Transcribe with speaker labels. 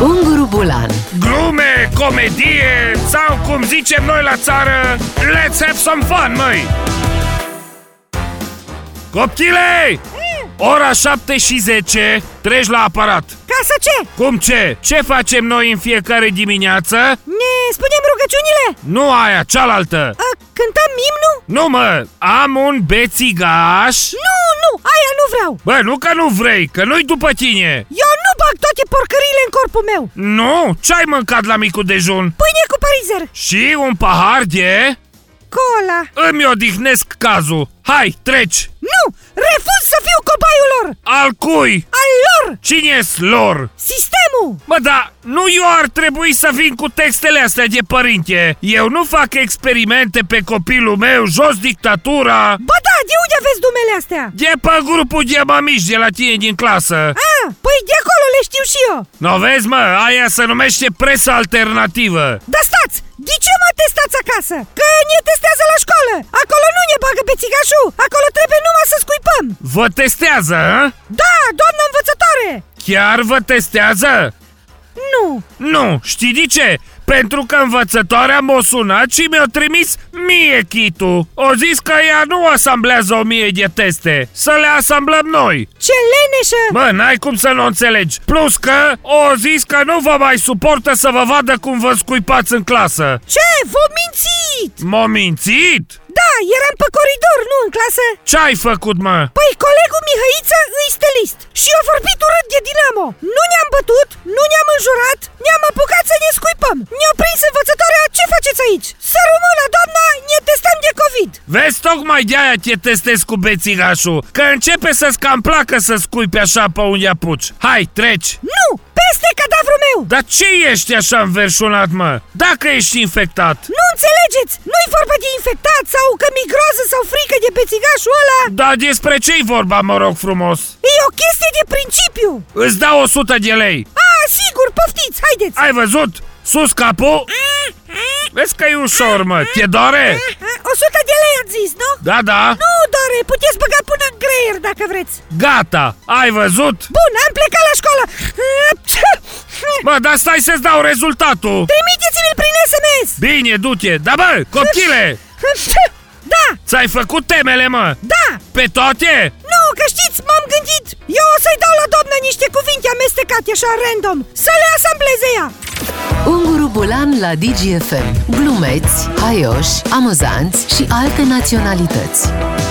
Speaker 1: Unguru Bulan
Speaker 2: Glume, comedie sau cum zicem noi la țară Let's have some fun, măi! Copchile! Ora 7 și 10 treci la aparat
Speaker 3: Ca să ce?
Speaker 2: Cum ce? Ce facem noi în fiecare dimineață?
Speaker 3: Ne spunem rugăciunile?
Speaker 2: Nu aia, cealaltă
Speaker 3: A, cântăm imnul?
Speaker 2: Nu mă, am un bețigaș
Speaker 3: Nu, nu, aia nu vreau
Speaker 2: Bă, nu că nu vrei, că nu-i după tine
Speaker 3: Eu nu bag toate porcările în corpul meu
Speaker 2: Nu, ce-ai mâncat la micul dejun?
Speaker 3: Pâine cu parizer
Speaker 2: Și un pahar de...
Speaker 3: Cola
Speaker 2: Îmi odihnesc cazul Hai, treci
Speaker 3: Nu, refuz să fiu cobaiul lor
Speaker 2: Al cui?
Speaker 3: Al lor
Speaker 2: cine lor?
Speaker 3: Sistemul
Speaker 2: Mă, da, nu eu ar trebui să vin cu textele astea de părinte Eu nu fac experimente pe copilul meu Jos dictatura
Speaker 3: Bă da, de unde aveți dumele astea?
Speaker 2: De pe grupul de mamici de la tine din clasă
Speaker 3: A, păi de acolo le știu și eu
Speaker 2: Nu vezi, mă, aia se numește presă alternativă
Speaker 3: Dar stați, de ce mă testați acasă? Că ne testează la școală Acolo nu ne bagă pe țigașul Acolo trebuie numai să scuipăm
Speaker 2: Vă testează, hă?
Speaker 3: Da, doamnă învățătoare
Speaker 2: Chiar vă testează?
Speaker 3: Nu,
Speaker 2: Nu, știi de ce? Pentru că învățătoarea m-a sunat și mi-a trimis mie chitul. O zis că ea nu asamblează o mie de teste, să le asamblăm noi.
Speaker 3: ce leneșă
Speaker 2: Bă, n-ai cum să nu o înțelegi. Plus că o zis că nu vă mai suportă să vă vadă cum vă scuipați în clasă.
Speaker 3: Ce? V-o mințit!
Speaker 2: M-a mințit?
Speaker 3: Da, eram pe coridor, nu în clasă.
Speaker 2: Ce ai făcut, mă?
Speaker 3: Păi colegul Mihăiță îi stelist și a vorbit urât de Dinamo. Nu ne-am bătut, nu ne-am înjurat, ne-am apucat să ne scuipăm. Ne-a prins învățătoarea, ce faceți aici? Să rămână, doamna, ne testăm de COVID.
Speaker 2: Vezi, tocmai de-aia te testez cu bețigașul, că începe să-ți cam placă să scuipi așa pe unde apuci. Hai, treci!
Speaker 3: Nu, peste cadavrul meu!
Speaker 2: Dar ce ești așa înverșunat, mă? Dacă ești infectat?
Speaker 3: Nu înțelegeți, nu-i vorba de infectat sau că migroază sau frică de bețigașul ăla.
Speaker 2: Da, despre ce-i vorba, mă rog frumos?
Speaker 3: E o chestie de principiu.
Speaker 2: Îți dau 100 de lei.
Speaker 3: A, sigur, poftiți, haideți.
Speaker 2: Ai văzut? Sus capul? Vezi că e ușor, mă. Te doare?
Speaker 3: Eh, O sută de lei ați zis, nu?
Speaker 2: Da, da.
Speaker 3: Nu, Dore, puteți băga până în greier dacă vreți
Speaker 2: Gata. Ai văzut?
Speaker 3: Bun, am plecat la școală
Speaker 2: Mă, dar stai să-ți dau rezultatul.
Speaker 3: Trimiteți-mi prin SMS
Speaker 2: Bine, du-te. Da, bă, copchile!
Speaker 3: Da,
Speaker 2: Ți-ai făcut temele, mă.
Speaker 3: da
Speaker 2: Pe toate?
Speaker 3: Nu, că știți, m-am gândit Eu o să-i dau la doamnă niște cuvinte amestecate așa random Să le asambleze ea
Speaker 1: Unguru Bulan la DGFM Glumeți, haioși, amuzanți și alte naționalități